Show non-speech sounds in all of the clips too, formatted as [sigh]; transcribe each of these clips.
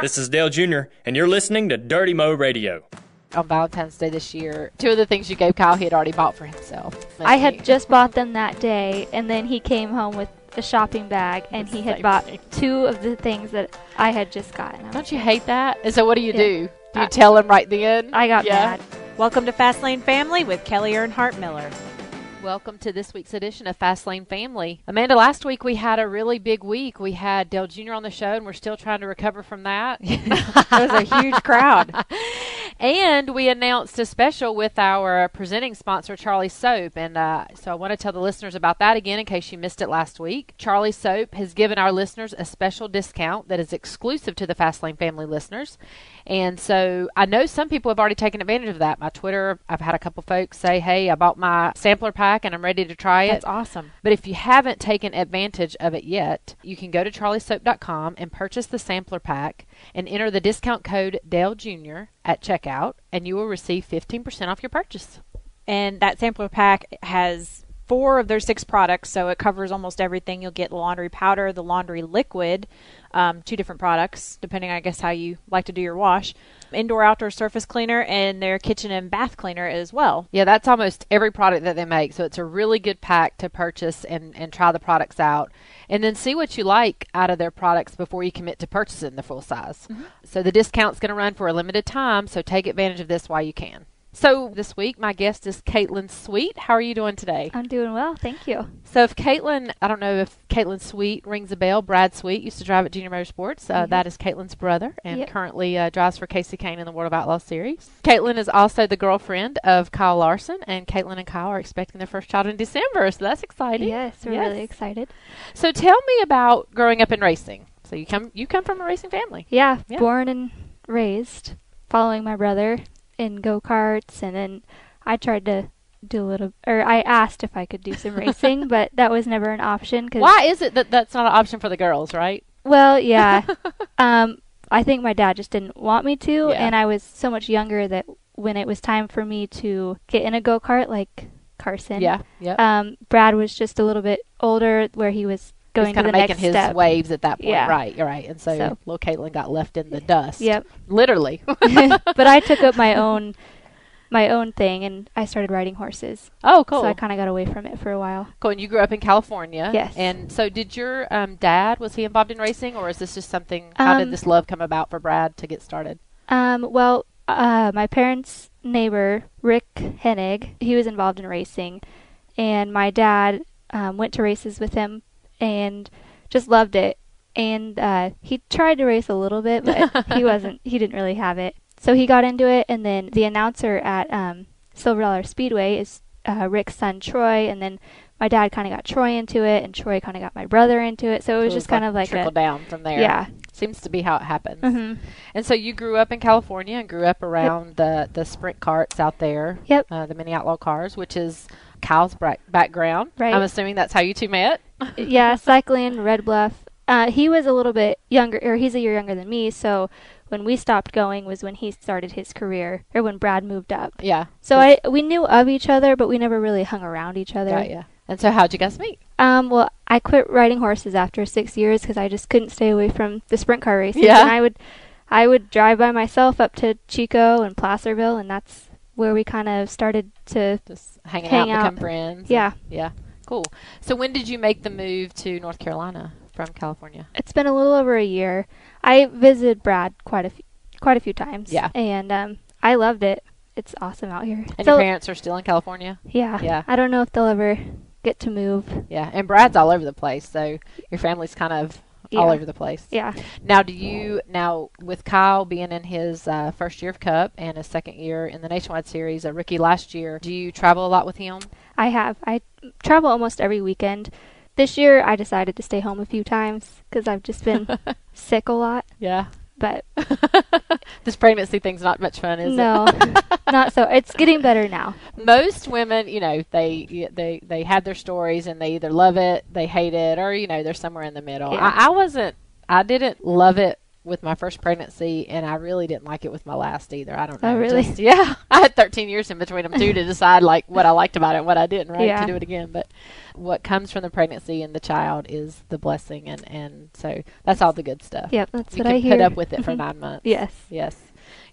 This is Dale Jr., and you're listening to Dirty Mo Radio. on Valentine's Day this year. Two of the things you gave Kyle, he had already bought for himself. I had just bought them that day, and then he came home with a shopping bag, and he had Same bought thing. two of the things that I had just gotten. I, Don't you hate that? And so, what do you Yeah. do? Do you I- tell him right then? I got mad. Welcome to Fastlane Family with Kelly Earnhardt Miller. Welcome to this week's edition of Fastlane Family. Amanda, last week we had a really big week. We had Dale Jr. on the show, and we're still trying to recover from that. [laughs] That was a huge crowd. and we announced a special with our presenting sponsor, Charlie Soap. And uh, so I want to tell the listeners about that again in case you missed it last week. Charlie Soap has given our listeners a special discount that is exclusive to the Fastlane family listeners. And so I know some people have already taken advantage of that. My Twitter, I've had a couple folks say, hey, I bought my sampler pack and I'm ready to try it. That's awesome. But if you haven't taken advantage of it yet, you can go to charliesoap.com and purchase the sampler pack and enter the discount code Dale Jr. at checkout, and you will receive 15% off your purchase. And that sampler pack has four of their six products, so it covers almost everything. You'll get laundry powder, the laundry liquid, um, two different products, depending, I guess, how you like to do your wash, indoor outdoor surface cleaner, and their kitchen and bath cleaner as well. Yeah, that's almost every product that they make. So it's a really good pack to purchase and, and try the products out. And then see what you like out of their products before you commit to purchasing the full size. So the discount's going to run for a limited time, so take advantage of this while you can. So this week, my guest is Caitlin Sweet. How are you doing today? I'm doing well, thank you. So if Caitlin, I don't know if Caitlin Sweet rings a bell. Brad Sweet used to drive at Junior Motorsports. Uh, Mhm. that is Caitlin's brother, and Yep. currently uh, drives for Casey Kane in the World of Outlaws series. Caitlin is also the girlfriend of Kyle Larson, and Caitlin and Kyle are expecting their first child in December, so that's exciting. Yes, we're really Yes. excited. So tell me about growing up in racing. So you come you come from a racing family. Yeah, Yeah. born and raised following my brother in go karts, and then I tried to do a little, or I asked if I could do some racing, but that was never an option. Cause, Why is it that that's not an option for the girls, right? [laughs] Well, yeah. um, I think my dad just didn't want me to, Yeah. and I was so much younger that when it was time for me to get in a go kart, like Carson, yeah. Yep. um, Brad was just a little bit older, where he was He's going to kind the of making next his step. waves at that point, Yeah. right? Right, and so, So- little Caitlin got left in the dust. [laughs] Yep. [laughs] literally. but I took up my own my own thing, and I started riding horses. oh, cool. So I kind of got away from it for a while. Cool. And you grew up in California. Yes. And so, did your um, dad was he involved in racing, or is this just something? How did Um, this love come about for Brad to get started? Um, well, uh, my parents' neighbor Rick Hennig, he was involved in racing, and my dad um, went to races with him and just loved it. And uh, he tried to race a little bit, but [laughs] he wasn't. He didn't really have it. So he got into it, and then the announcer at um, Silver Dollar Speedway is uh, Rick's son Troy, and then my dad kind of got Troy into it, and Troy kind of got my brother into it. So it was just kind of like trickle a down from there. yeah. Seems to be how it happens. hmm And so, you grew up in California and grew up around the the sprint carts out there. Yep. Uh, the mini outlaw cars, which is Kyle's bra- background. Right. I'm assuming that's how you two met. yeah, cycling, Red Bluff. Uh, he was a little bit younger, or he's a year younger than me. So when we stopped going was when he started his career, or when Brad moved up. Yeah. So I we knew of each other, but we never really hung around each other. Got ya. And so, how'd you guys meet? Um, well, I quit riding horses after six years because I just couldn't stay away from the sprint car races. Yeah. And I would, I would drive by myself up to Chico and Placerville, and that's where we kind of started to. Just hanging Hang out, out. become friends. and- Yeah. Yeah. Cool. So, when did you make the move to North Carolina from California? It's been a little over a year. I visited Brad quite a few, quite a few times. Yeah. And um, I loved it. It's awesome out here. And So- your parents are still in California? yeah. Yeah. I don't know if they'll ever get to move. Yeah, and Brad's all over the place, so your family's kind of all Yeah. over the place. Yeah. Now, do you now with Kyle being in his uh, first year of Cup and his second year in the Nationwide Series, a rookie last year, do you travel a lot with him? I have. I travel almost every weekend. This year, I decided to stay home a few times because I've just [laughs] been sick a lot. Yeah. But This pregnancy thing's not much fun, is it? no, not so. It's getting better now. Most women, you know, they they they have their stories and they either love it, they hate it, or you know, they're somewhere in the middle. Yeah. I, I wasn't. I didn't love it with my first pregnancy, and I really didn't like it with my last either. I don't know. Oh, really? Just- yeah, [laughs] I had 13 years in between them too to decide like what I liked about it and what I didn't. Right Yeah. to do it again, but what comes from the pregnancy and the child is the blessing, and and so that's all the good stuff. Yep, that's you what can I hear. Mm-hmm. put up with it for nine months. Yes. [laughs] Yes.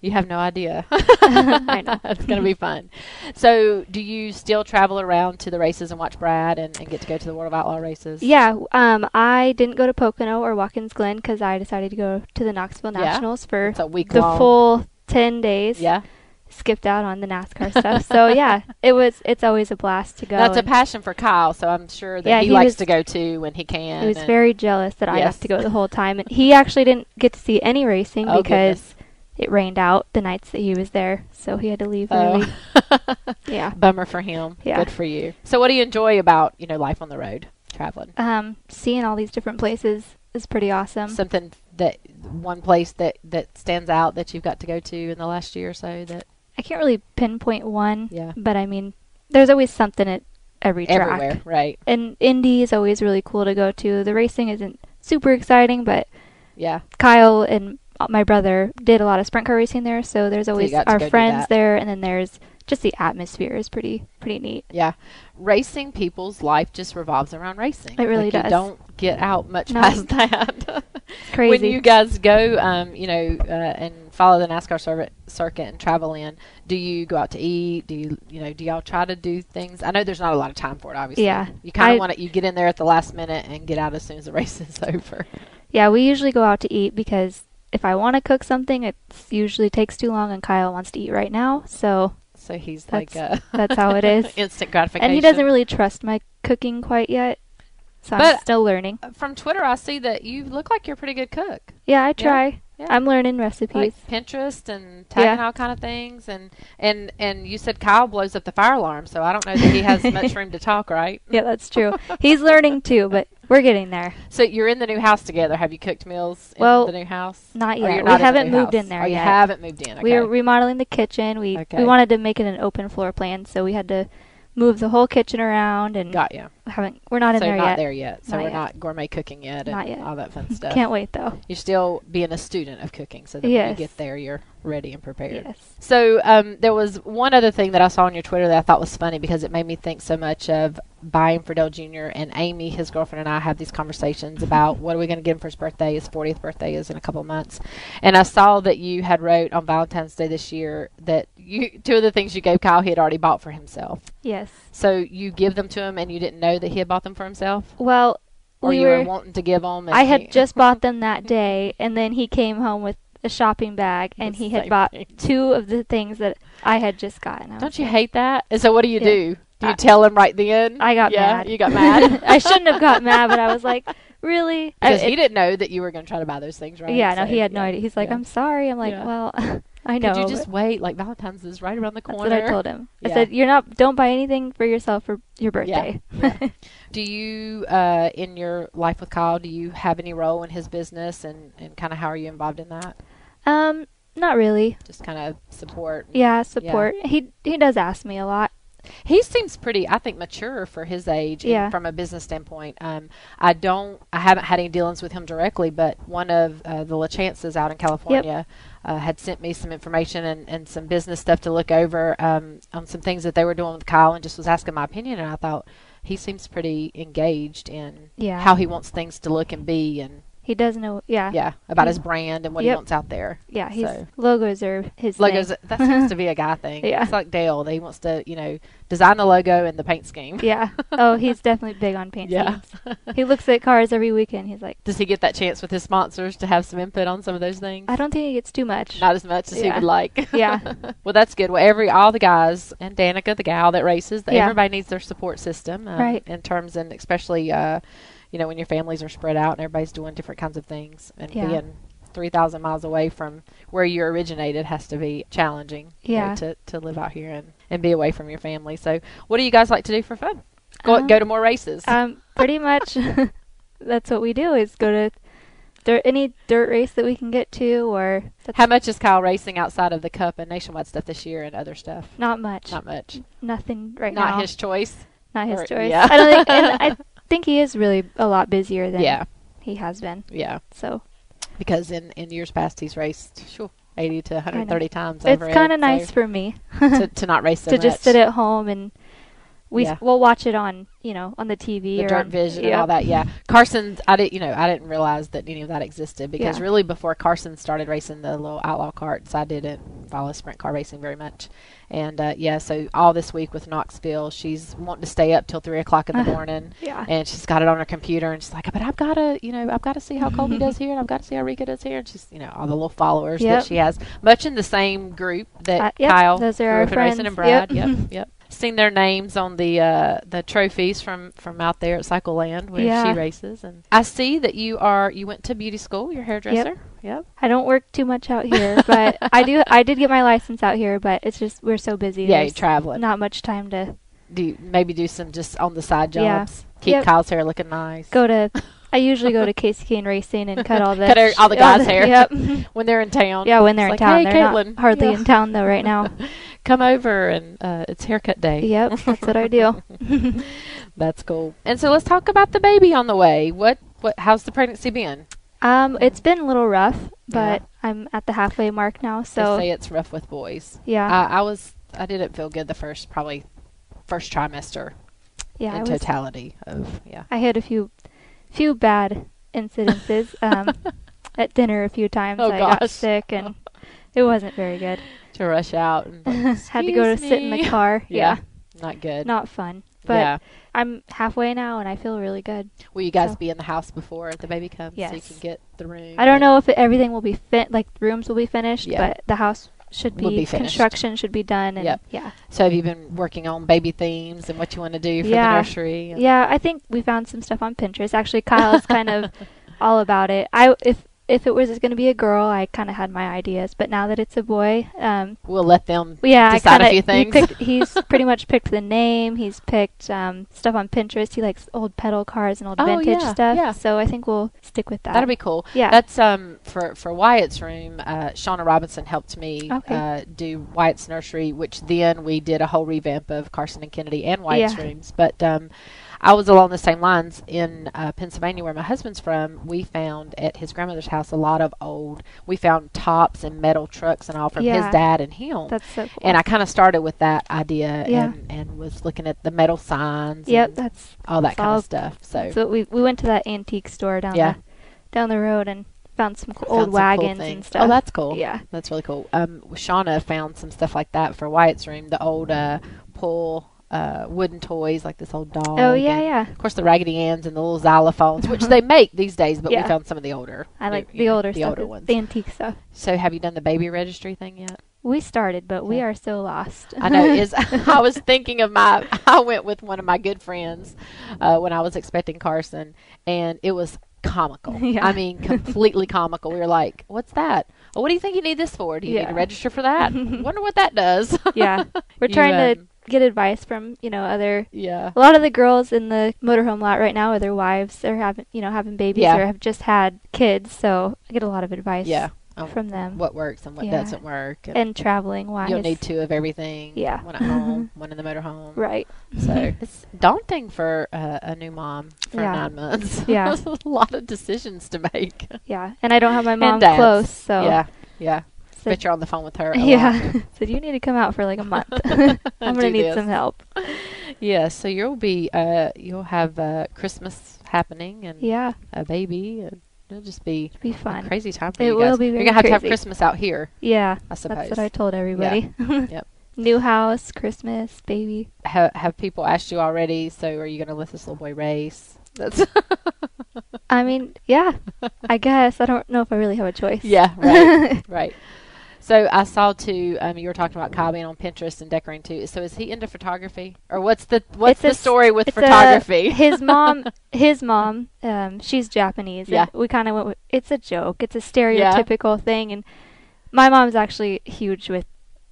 You have no idea. [laughs] I know. it's going to [laughs] be fun. So, do you still travel around to the races and watch Brad and, and get to go to the World of Outlaw races? Yeah, um, I didn't go to Pocono or Watkins Glen because I decided to go to the Knoxville Yeah. Nationals for It's a week the long. full 10 days. Yeah. Skipped out on the NASCAR stuff. [laughs] So, yeah, it was, it's always a blast to go. That's a and passion for Kyle, so I'm sure that Yeah, he, he likes was- to go too when he can. He was and- very jealous that I Yes. got to go the whole time. And he actually didn't get to see any racing Oh, because goodness. it rained out the nights that he was there. So he had to leave early. Oh. Yeah. [laughs] Bummer for him. Yeah. Good for you. So, what do you enjoy about you know life on the road, traveling? Um, seeing all these different places is pretty awesome. Something that one place that that stands out that you've got to go to in the last year or so that I can't really pinpoint one, Yeah. but I mean, there's always something at every track. everywhere, right? And Indy is always really cool to go to. The racing isn't super exciting, but Yeah. Kyle and my brother did a lot of sprint car racing there, so there's you always got to our go do friends that. there, and then there's just the atmosphere is pretty pretty neat. Yeah, racing people's life just revolves around racing. It really Like, You does. don't get out much No. past [laughs] that. crazy. when you guys go, um, you know, uh, and follow the NASCAR circuit, circuit and travel in, do you go out to eat? Do you, you know, do y'all try to do things? I know there's not a lot of time for it. Obviously, Yeah. You kind I- of want to you get in there at the last minute and get out as soon as the [laughs] race is over. Yeah, we usually go out to eat because if I want to cook something, it usually takes too long, and Kyle wants to eat right now, so So he's that's like, uh, that's [laughs] how it is. instant gratification. and he doesn't really trust my cooking quite yet, so I'm But- still learning. From Twitter, I see that you look like you're a pretty good cook. Yeah, I try. yeah. I'm learning recipes. like Pinterest and tagging Yeah. all kind of things and and and you said Kyle blows up the fire alarm, so I don't know that he [laughs] has much room to talk, right? Yeah, that's true. He's learning too, but we're getting there. So you're in the new house together. Have you cooked meals in Well, the new house? not Or yet. Oh, you're We not in the haven't new moved house? in there Oh, You yet. haven't moved in. Okay. We were remodeling the kitchen. We Okay. we wanted to make it an open floor plan, so we had to move the whole kitchen around and Got you. haven't we're So not in there you're not yet. there yet. So Not we're yet. not gourmet cooking yet and Not yet. all [laughs] that fun stuff. Can't wait though. You're still being a student of cooking, so that when you Yes. get there, you're ready and prepared. Yes. So um, there was one other thing that I saw on your Twitter that I thought was funny because it made me think so much of buying for Dell Jr. and Amy, his girlfriend, and I have these conversations about what are we going to get him for his birthday. His 40th birthday is in a couple of months, and I saw that you had wrote on Valentine's Day this year that you two of the things you gave Kyle he had already bought for himself. Yes. So you give them to him, and you didn't know that he had bought them for himself, Well, or we you were. were wanting to give them. And I [laughs] had he- just bought them that day, and then he came home with a shopping bag, and The he had same bought thing. two of the things that I had just gotten. I was Don't you like- hate that? And so what do you Yeah. do? Do you I- tell him right then? I got yeah, mad. You got [laughs] mad. I shouldn't have got mad, but I was like, [laughs] really? I- Because he Uh, it- didn't know that you were going to try to buy those things, right? yeah, no, So, he had no yeah, idea. He's like, yeah. I'm sorry. I'm like, Yeah. well, [laughs] I know. Could you just but wait? Like Valentine's is right around the That's corner. what I told him. Yeah. I said, you're not. Don't buy anything for yourself for your birthday. Do you, uh, in your life with Kyle, do you have any role in his business, and, and kind of how are you involved in that? um, not really. Just kind of support. Yeah, support. He he does ask me a lot. He seems pretty, I think, mature for his age and Yeah. from a business standpoint. Um, I don't, I haven't had any dealings with him directly, but one of uh, the LaChances out in California uh, had sent me some information and, and some business stuff to look over um, on some things that they were doing with Kyle and just was asking my opinion. And I thought he seems pretty engaged in Yeah. how he wants things to look and be and, He does know. Yeah. yeah, about his brand and what he Yep. wants out there. Yeah, his So- logos are his thing. Logos, that seems to be a [laughs] guy thing. Yeah. It's like Dale. He wants to, you know, design the logo and the paint scheme. [laughs] Yeah. Oh, he's definitely big on paint Yeah. schemes. He looks at cars every weekend. He's like, Does he get that chance with his sponsors to have some input on some of those things? I don't think he gets too much. Not as much as he Yeah. would like. [laughs] yeah. [laughs] well, that's good. Well, every all the guys and Danica, the gal that races, Yeah. everybody needs their support system, um, Right. In terms and especially, uh, you know, when your families are spread out and everybody's doing different kinds of things, and Yeah. being three thousand miles away from where you originated has to be challenging. you know, Yeah. to to live out here and and be away from your family. So, what do you guys like to do for fun? Go Um, go to more races. [laughs] Um, pretty much [laughs] that's what we do is go to dirt, any dirt race that we can get to or that's How much is Kyle racing outside of the Cup and nationwide stuff this year and other stuff? not much. Not much. Nothing right Not now. his choice. not his or- choice. yeah. [laughs] I don't think and I think he is really a lot busier than Yeah. he has been. Yeah. So because in, in years past he's raced Sure. 80 to 130 times. It's over kind it, of so nice for me [laughs] to, to not race so to just much. sit at home and we Yeah. we'll watch it on you know on the TV the or dirt on, vision Yep. and all that. Yeah, Carson. I didn't, you know, I didn't realize that any of that existed because Yeah. really before Carson started racing the little outlaw carts, I didn't follow sprint car racing very much. And uh, yeah, so all this week with Knoxville, she's wanting to stay up till three o'clock in the morning. yeah. And she's got it on her computer, and she's like, "But I've got to, you know, I've got to see how Colby does here, and I've got to see how Rika does here." And she's, you know, all the little followers Yep. that she has, much in the same group that Uh, yep, Kyle, those are our Griffin Racing, and friends. Yep. Brad. Yep, [laughs] yep. Seen their names on the uh, the trophies from from out there at Cycle Land where Yeah. she races, and I see that you are you went to beauty school. Your hairdresser. Yep. I don't work too much out [laughs] here, but I do. I did get my license out here, but it's just we're so busy. Yeah, there's you're traveling. not much time to Do you maybe do some just on the side Yeah. jobs. Keep Yep. Kyle's hair looking nice. go to. I usually go to Casey Kane Racing and [laughs] cut [laughs] all the Cut her- all the guys' hair. [laughs] Yep. when they're in town. Yeah, when they're It's in like, town, "Hey, they're Caitlin." not hardly Yeah. in town though right [laughs] now. Come over and uh, it's haircut day. yep, that's what I do. That's cool. And so let's talk about the baby on the way. What what how's the pregnancy been? Um, it's been a little rough, but I'm at the halfway mark now. they say So it's rough with boys. yeah, I, I was I didn't feel good the first probably first trimester yeah, I, in was- totality of yeah. I had a few, few bad [laughs] incidences um, at dinner a few times. Oh, I got gosh. sick and it wasn't very good. [laughs] To rush out and like, Had to go to "Excuse sit in me." the car. [laughs] Yeah. Yeah, Not good. not fun. But yeah. I'm halfway now and I feel really good. Will you guys so- be in the house before the baby comes so you Yes. can get the room? I don't and- know if it, everything will be fit, like the rooms will be finished, Yeah. but the house should be, Will be finished. construction should be done. And Yep. Yeah. So have you been working on baby themes and what you want to do for Yeah. the nursery? and- Yeah, I think we found some stuff on Pinterest. Actually, Kyle's [laughs] kind of all about it. I if if it was going to be a girl, I kind of had my ideas, but now that it's a boy, um, We'll let them yeah, decide a I kinda, few he things. [laughs] picked- he's pretty much picked the name. He's picked um, stuff on Pinterest. He likes old pedal cars and old Oh, vintage yeah, stuff. yeah. So I think we'll stick with that. That'll be cool. yeah. That's um for for Wyatt's room. Uh, Shauna Robinson helped me Okay. uh, do Wyatt's nursery, which then we did a whole revamp of Carson and Kennedy and Wyatt's Yeah. rooms. But um, I was along the same lines in uh, Pennsylvania, where my husband's from. We found at his grandmother's house a lot of old. We found tops and metal trucks and all from Yeah. his dad and him. That's so cool. and I kind of started with that idea Yeah. and, and was looking at the metal signs yep, and that's all that that's kind all- of stuff. So so we we went to that antique store down Yeah. the down the road and found some cool Found old some cool wagons and things. stuff. Oh, that's cool. Yeah. That's really cool. Um, Shauna found some stuff like that for Wyatt's room. The old uh, pull uh, wooden toys, like this old dog. Oh yeah, and, yeah. Of course, the Raggedy Ann's and the little xylophones, which [laughs] they make these days, but we Yeah. found some of the older. I new- like you the know, older the stuff, older the- ones. the antique stuff. So, have you done the baby registry thing yet? We started, but we Yeah. are so lost. I know [laughs] is [laughs] I was thinking of my [laughs] I went with one of my good friends uh, when I was expecting Carson and it was comical. [laughs] Yeah. I mean [laughs] completely comical. We were like, What's that? Oh, what do you think you need this for? Do you need Yeah. to register for [laughs] that? Wonder what that does. [laughs] yeah, [laughs] we're You, trying um, to get advice from you know other. yeah. A lot of the girls in the motorhome lot right now are their wives or having you know having babies Yeah. or have just had kids, so I get a lot of advice. Yeah. Um, from them What works and what Yeah. doesn't work. And, and traveling wise. you'll need two of everything. Yeah. Mm-hmm. One at home, one in the motorhome. Right. [laughs] So it's daunting for uh, a new mom for Yeah. nine months. [laughs] Yeah. There's a lot of decisions to make. Yeah, and I [laughs] don't have my mom dads. close, so Yeah. Yeah. so- But you're on the phone with her. A lot. [laughs] yeah. Said you need to come out for like a month. [laughs] [laughs] I'm Do gonna need this. some help. Yeah, so you'll be uh you'll have uh Christmas happening and Yeah, a baby and it'll just be be a fun. crazy time for It you will guys. be You're very gonna have to have crazy. Christmas out here, Yeah, I that's suppose. what I told everybody. [laughs] Yep. New house, Christmas, baby. have, have people asked you already, so are you gonna let this little boy race? [laughs] That's I mean, yeah, I guess. I don't know if I really have a choice. [laughs] Yeah, [laughs] right. right. So I saw too, um you were talking about Kyle being on Pinterest and decorating too. So is he into photography? Or what's the what's It's a the s- story with it's a- photography? [laughs] his mom, his mom, um, she's Japanese. and Yeah. we kind of went with, it's a joke. It's a stereotypical thing. And my mom's actually huge with,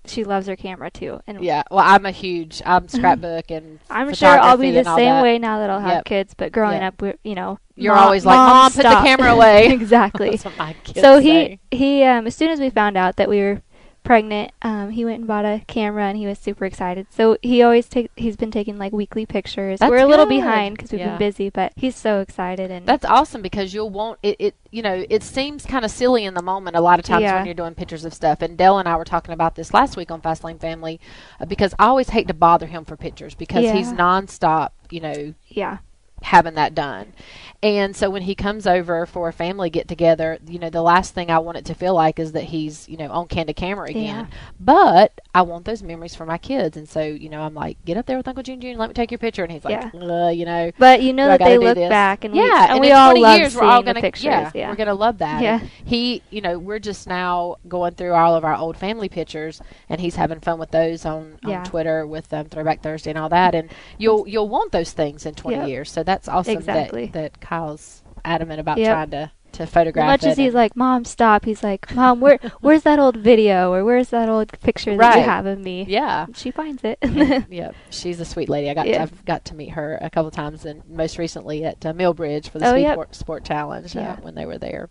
she loves her camera too. And yeah. Well I'm a huge I'm scrapbook and I'm sure I'll photography be the and all same that. way now that I'll have Yep. kids. But growing Yep. up, we're, you know, You're always like, "Mom, put the [laughs] stop." camera away." [laughs] exactly. That's what my kids so he say. he um, as soon as we found out that we were pregnant, um, he went and bought a camera and he was super excited. So he always take he's been taking like weekly pictures. That's We're a little good. behind because we've Yeah. been busy, but he's so excited and That's awesome because you'll want it, it you know, it seems kind of silly in the moment a lot of times Yeah. when you're doing pictures of stuff. And Dell and I were talking about this last week on Fast Lane Family uh, because I always hate to bother him for pictures because he's Yeah. nonstop, you know, yeah, having that done. And so when he comes over for a family get together, you know, the last thing I want it to feel like is that he's, you know, on candid camera again. But I want those memories for my kids. And so, you know, I'm like, get up there with Uncle June June, let me take your picture. And he's like, "Uh, you know, but you know Do I that gotta they do look this? back and we, yeah, and, and we in all 20 love years, seeing we're all gonna, the pictures. Yeah, Yeah, we're gonna love that. Yeah. And He, you know, we're just now going through all of our old family pictures, and he's having fun with those on, on Yeah. Twitter with um, Throwback Thursday and all that. And you'll you'll want those things in twenty Yep. years. So that's awesome Exactly. that that Kyle's adamant about Yep. trying to to photograph As much it as he's and- like, "Mom, stop," he's like, [laughs] "Mom, where where's that old video or where's that old picture that you Right. have of me?" yeah. She [laughs] finds it. [laughs] yeah, she's a sweet lady. I got to, Yeah. I've got to meet her a couple times, and most recently at uh, Millbridge for the Oh, Speed yep. Sport, Sport Challenge uh, Yeah. when they were there.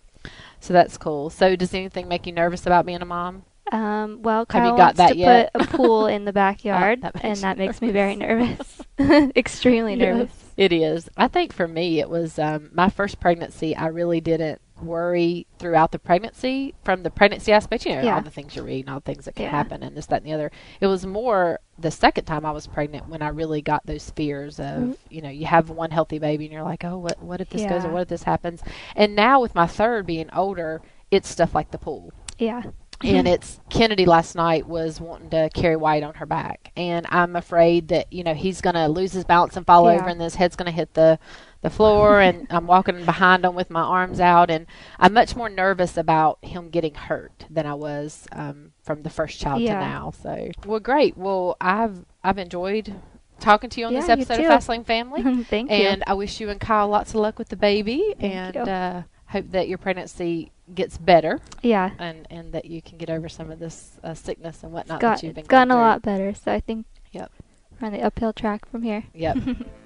So that's cool. So does anything make you nervous about being a mom? Um, well, Have Kyle you got wants that to yet? put a pool [laughs] in the backyard, that makes and you that makes me very nervous, [laughs] extremely nervous. It is. I think for me, it was um, my first pregnancy. I really didn't worry throughout the pregnancy from the pregnancy aspect, you know, Yeah. all the things you read and all the things that can Yeah. happen and this, that, and the other. It was more the second time I was pregnant when I really got those fears of, Mm-hmm. you know, you have one healthy baby and you're like, oh, what, what if this goes or Yeah. what if this happens? And now with my third being older, it's stuff like the pool Yeah, Mm-hmm. and it's Kennedy last night was wanting to carry White on her back, and I'm afraid that you know he's gonna lose his balance and fall Yeah. over, and his head's gonna hit the the floor, and [laughs] I'm walking behind him with my arms out, and I'm much more nervous about him getting hurt than I was um, from the first child Yeah. to now. So well, great. Well, I've I've enjoyed talking to you on this Yeah, you episode of too. Fastlane Family [laughs] thank and I wish you and Kyle lots of luck with the baby, Thank and you. uh, hope that your pregnancy gets better you. Yeah, and and that you can get over some of this uh, sickness and whatnot got, that you've been it's gotten a going lot better, so I think Yep. we're on the uphill track from here. through. Yep. [laughs]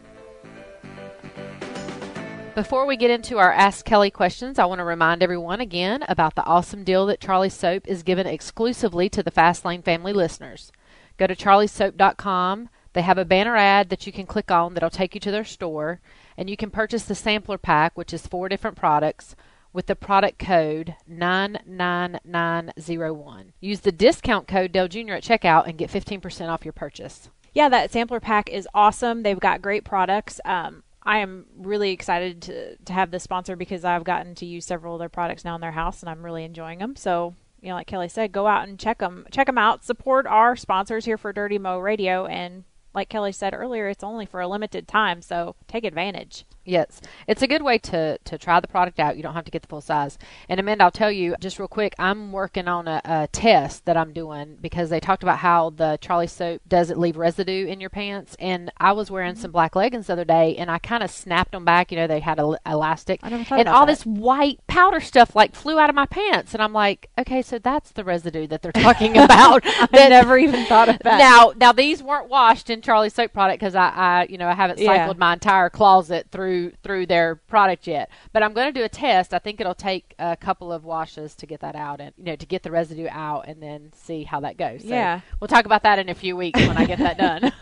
Before we get into our Ask Kelly questions, I want to remind everyone again about the awesome deal that Charlie Soap is giving exclusively to the Fastlane family listeners. Go to charliesoap.com. They have a banner ad that you can click on that'll take you to their store, and you can purchase the sampler pack, which is four different products, with the product code 99901. Use the discount code Dell Jr. at checkout and get 15% off your purchase. yeah, that sampler pack is awesome. They've got great products. Um, I am really excited to, to have this sponsor because I've gotten to use several of their products now in their house and I'm really enjoying them. So, you know, like Kelly said, go out and check them, check them out, support our sponsors here for Dirty Mo Radio. And like Kelly said earlier, it's only for a limited time. So take advantage. Yes, it's a good way to to try the product out. You don't have to get the full size. And Amanda, I'll tell you just real quick. I'm working on a, a test that I'm doing because they talked about how the Charlie soap doesn't leave residue in your pants. And I was wearing some black leggings the other day, and I kind of snapped them back. You know, they had a elastic, I never thought and about all that. this white powder stuff like flew out of my pants. And I'm like, okay, so that's the residue that they're talking [laughs] [laughs] about. [laughs] I that- never even thought of [laughs] that. now, now these weren't washed in Charlie soap product because I, I, you know, I haven't Yeah. cycled my entire closet through through their product yet. But I'm going to do a test. I think it'll take a couple of washes to get that out, and you know, to get the residue out, and then see how that goes. So Yeah. we'll talk about that in a few weeks when I get that done.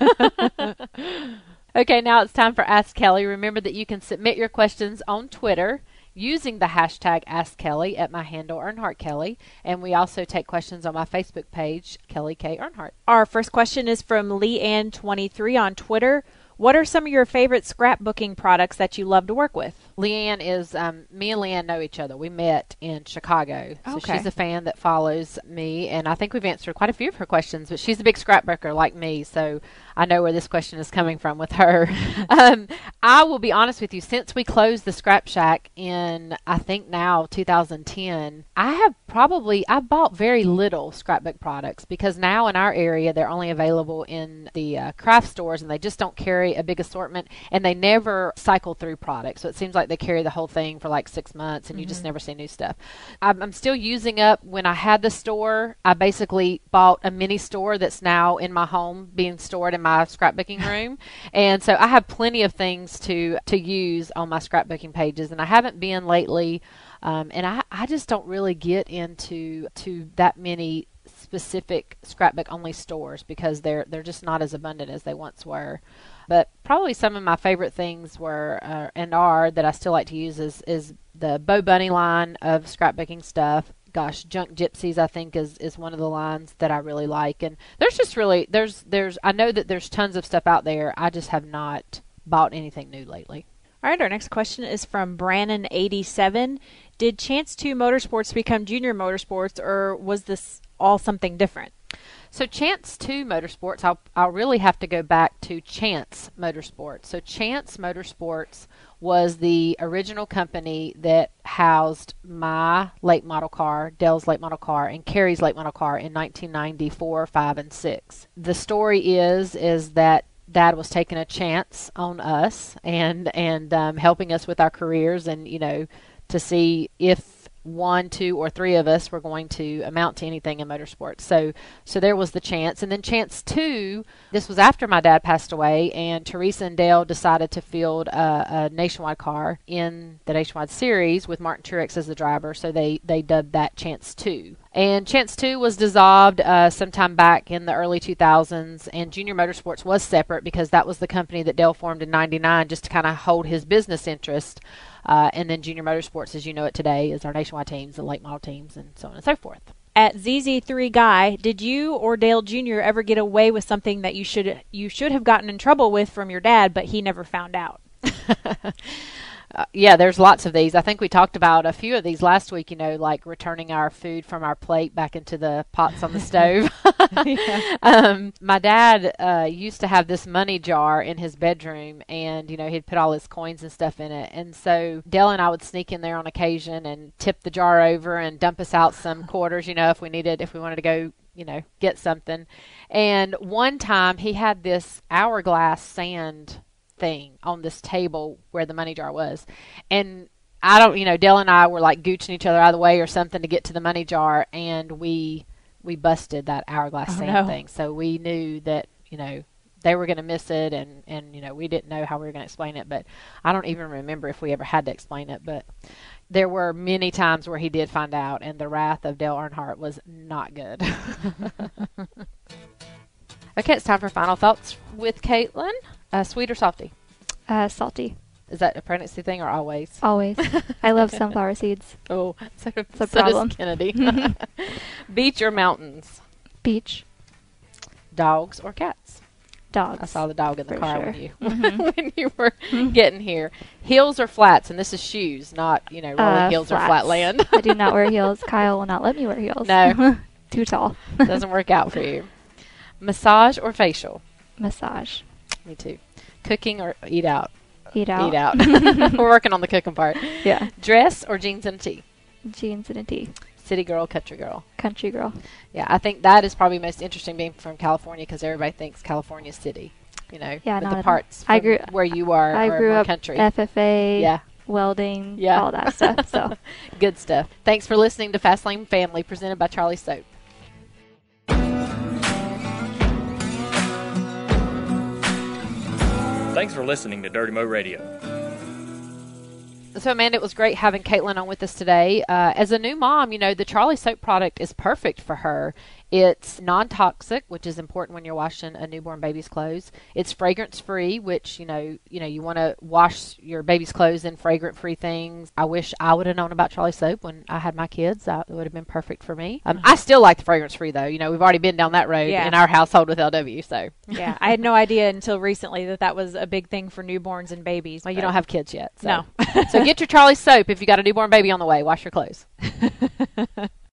[laughs] Okay, now it's time for Ask Kelly. Remember that you can submit your questions on Twitter using the hashtag Ask Kelly at my handle Earnhardt Kelly, and we also take questions on my Facebook page, Kelly K Earnhardt. Our first question is from Leanne23 on Twitter. What are some of your favorite scrapbooking products that you love to work with? Leanne is um, me and Leanne know each other. We met in Chicago, so Okay. she's a fan that follows me, and I think we've answered quite a few of her questions. But she's a big scrapbooker like me, so I know where this question is coming from with her. [laughs] um, I will be honest with you. Since we closed the Scrap Shack in, I think now 2010, I have probably I bought very little scrapbook products because now in our area they're only available in the uh, craft stores, and they just don't carry a big assortment, and they never cycle through products. So it seems like they carry the whole thing for like six months, and you just never see new stuff. I'm, I'm still using up when I had the store. I basically bought a mini store that's now in my home, being stored in my scrapbooking room, and so I have plenty of things to to use on my scrapbooking pages, and I haven't been lately. Um, and I, I just don't really get into to that many specific scrapbook only stores because they're they're just not as abundant as they once were. But probably some of my favorite things were uh, and are that I still like to use is is the Bow Bunny line of scrapbooking stuff. Gosh, Junk Gypsies I think is is one of the lines that I really like. And there's just really there's there's I know that there's tons of stuff out there. I just have not bought anything new lately. All right, our next question is from Brannon87. Did Chance 2 Motorsports become Junior Motorsports, or was this all something different? So Chance 2 Motorsports, I'll, I'll really have to go back to Chance Motorsports. So Chance Motorsports was the original company that housed my late model car, Dell's late model car, and Carrie's late model car in 1994, 5, and 6. The story is is that dad was taking a chance on us and and um, helping us with our careers and you know to see if one two or three of us were going to amount to anything in motorsports so so there was the chance and then chance two this was after my dad passed away and teresa and dale decided to field a, a nationwide car in the nationwide series with martin truex as the driver so they they dubbed that chance two and Chance 2 was dissolved uh, sometime back in the early 2000s, and Junior Motorsports was separate because that was the company that Dell formed in 99 just to kind of hold his business interest. Uh, and then Junior Motorsports, as you know it today, is our nationwide teams and late model teams and so on and so forth. At ZZ3 Guy, did you or Dale Jr. ever get away with something that you should you should have gotten in trouble with from your dad, but he never [laughs] found out? Uh, yeah, there's lots of these. I think we talked about a few of these last week, you know, like returning our food from our plate back into the pots on the stove. yeah. um, my dad uh, used to have this money jar in his bedroom, and, you know, he'd put all his coins and stuff in it. And so Dell and I would sneak in there on occasion and tip the jar over and dump us out some quarters, you know, if we needed, if we wanted to go you know, get something. And one time he had this hourglass sand thing on this table where the money jar was. And I don't, you know, Dell and I were like gooching each other out of the way or something to get to the money jar, and we we busted that hourglass Oh, sand no. thing. So we knew that you know they were going to miss it, and and you know we didn't know how we were going to explain it. But I don't even remember if we ever had to explain it. But there were many times where he did find out, and the wrath of Dale Earnhardt was not good. [laughs] okay, it's time for final thoughts with Caitlin. Uh, sweet or salty? Uh, salty, Is that a pregnancy thing or always? [laughs] always. I love sunflower seeds. [laughs] Oh, so, a so does problem. Kennedy. [laughs] [laughs] Beach or mountains? Beach, Dogs or cats? dogs. I saw the dog in the For car sure. when Mm-hmm. you [laughs] when you were getting here. Heels or flats? And this is shoes, not you know rolling Uh, heels or flats. flat land. [laughs] I do not wear heels. Kyle will not let me wear heels. No. [laughs] Too tall. Doesn't work out for you. Massage or facial? Massage. Me too. Cooking or eat out? Eat out. [laughs] Eat out. [laughs] we're working on the cooking part. Yeah. Dress or jeans and tee? Jeans and a tee. City girl, country girl. Country girl. Yeah, I think that is probably most interesting being from California because everybody thinks California city, you know. Yeah, but not the at- parts I from grew- where you are I are grew more up country. FFA, Yeah, welding, Yeah. all that stuff. [laughs] So good stuff. Thanks for listening to Fastlane Family presented by Charlie Soap. Thanks for listening to Dirty Mo Radio. So, Amanda, it was great having Caitlin on with us today. Uh, as a new mom, you know, the Charlie Soap product is perfect for her. It's non toxic, which is important when you're washing a newborn baby's clothes. It's fragrance free, which, you know, you know, you want to wash your baby's clothes in fragrant free things. I wish I would have known about Charlie Soap when I had my kids. That would have been perfect for me. Um, I still like the fragrance free, though. You know, we've already been down that road Mm-hmm. Yeah. in our household with LW, so. yeah, I had no idea until recently that that was a big thing for newborns and babies. Well, you but- don't have kids yet. [laughs] So. No. so get your Charlie soap if you got a newborn baby on the way. Wash your clothes.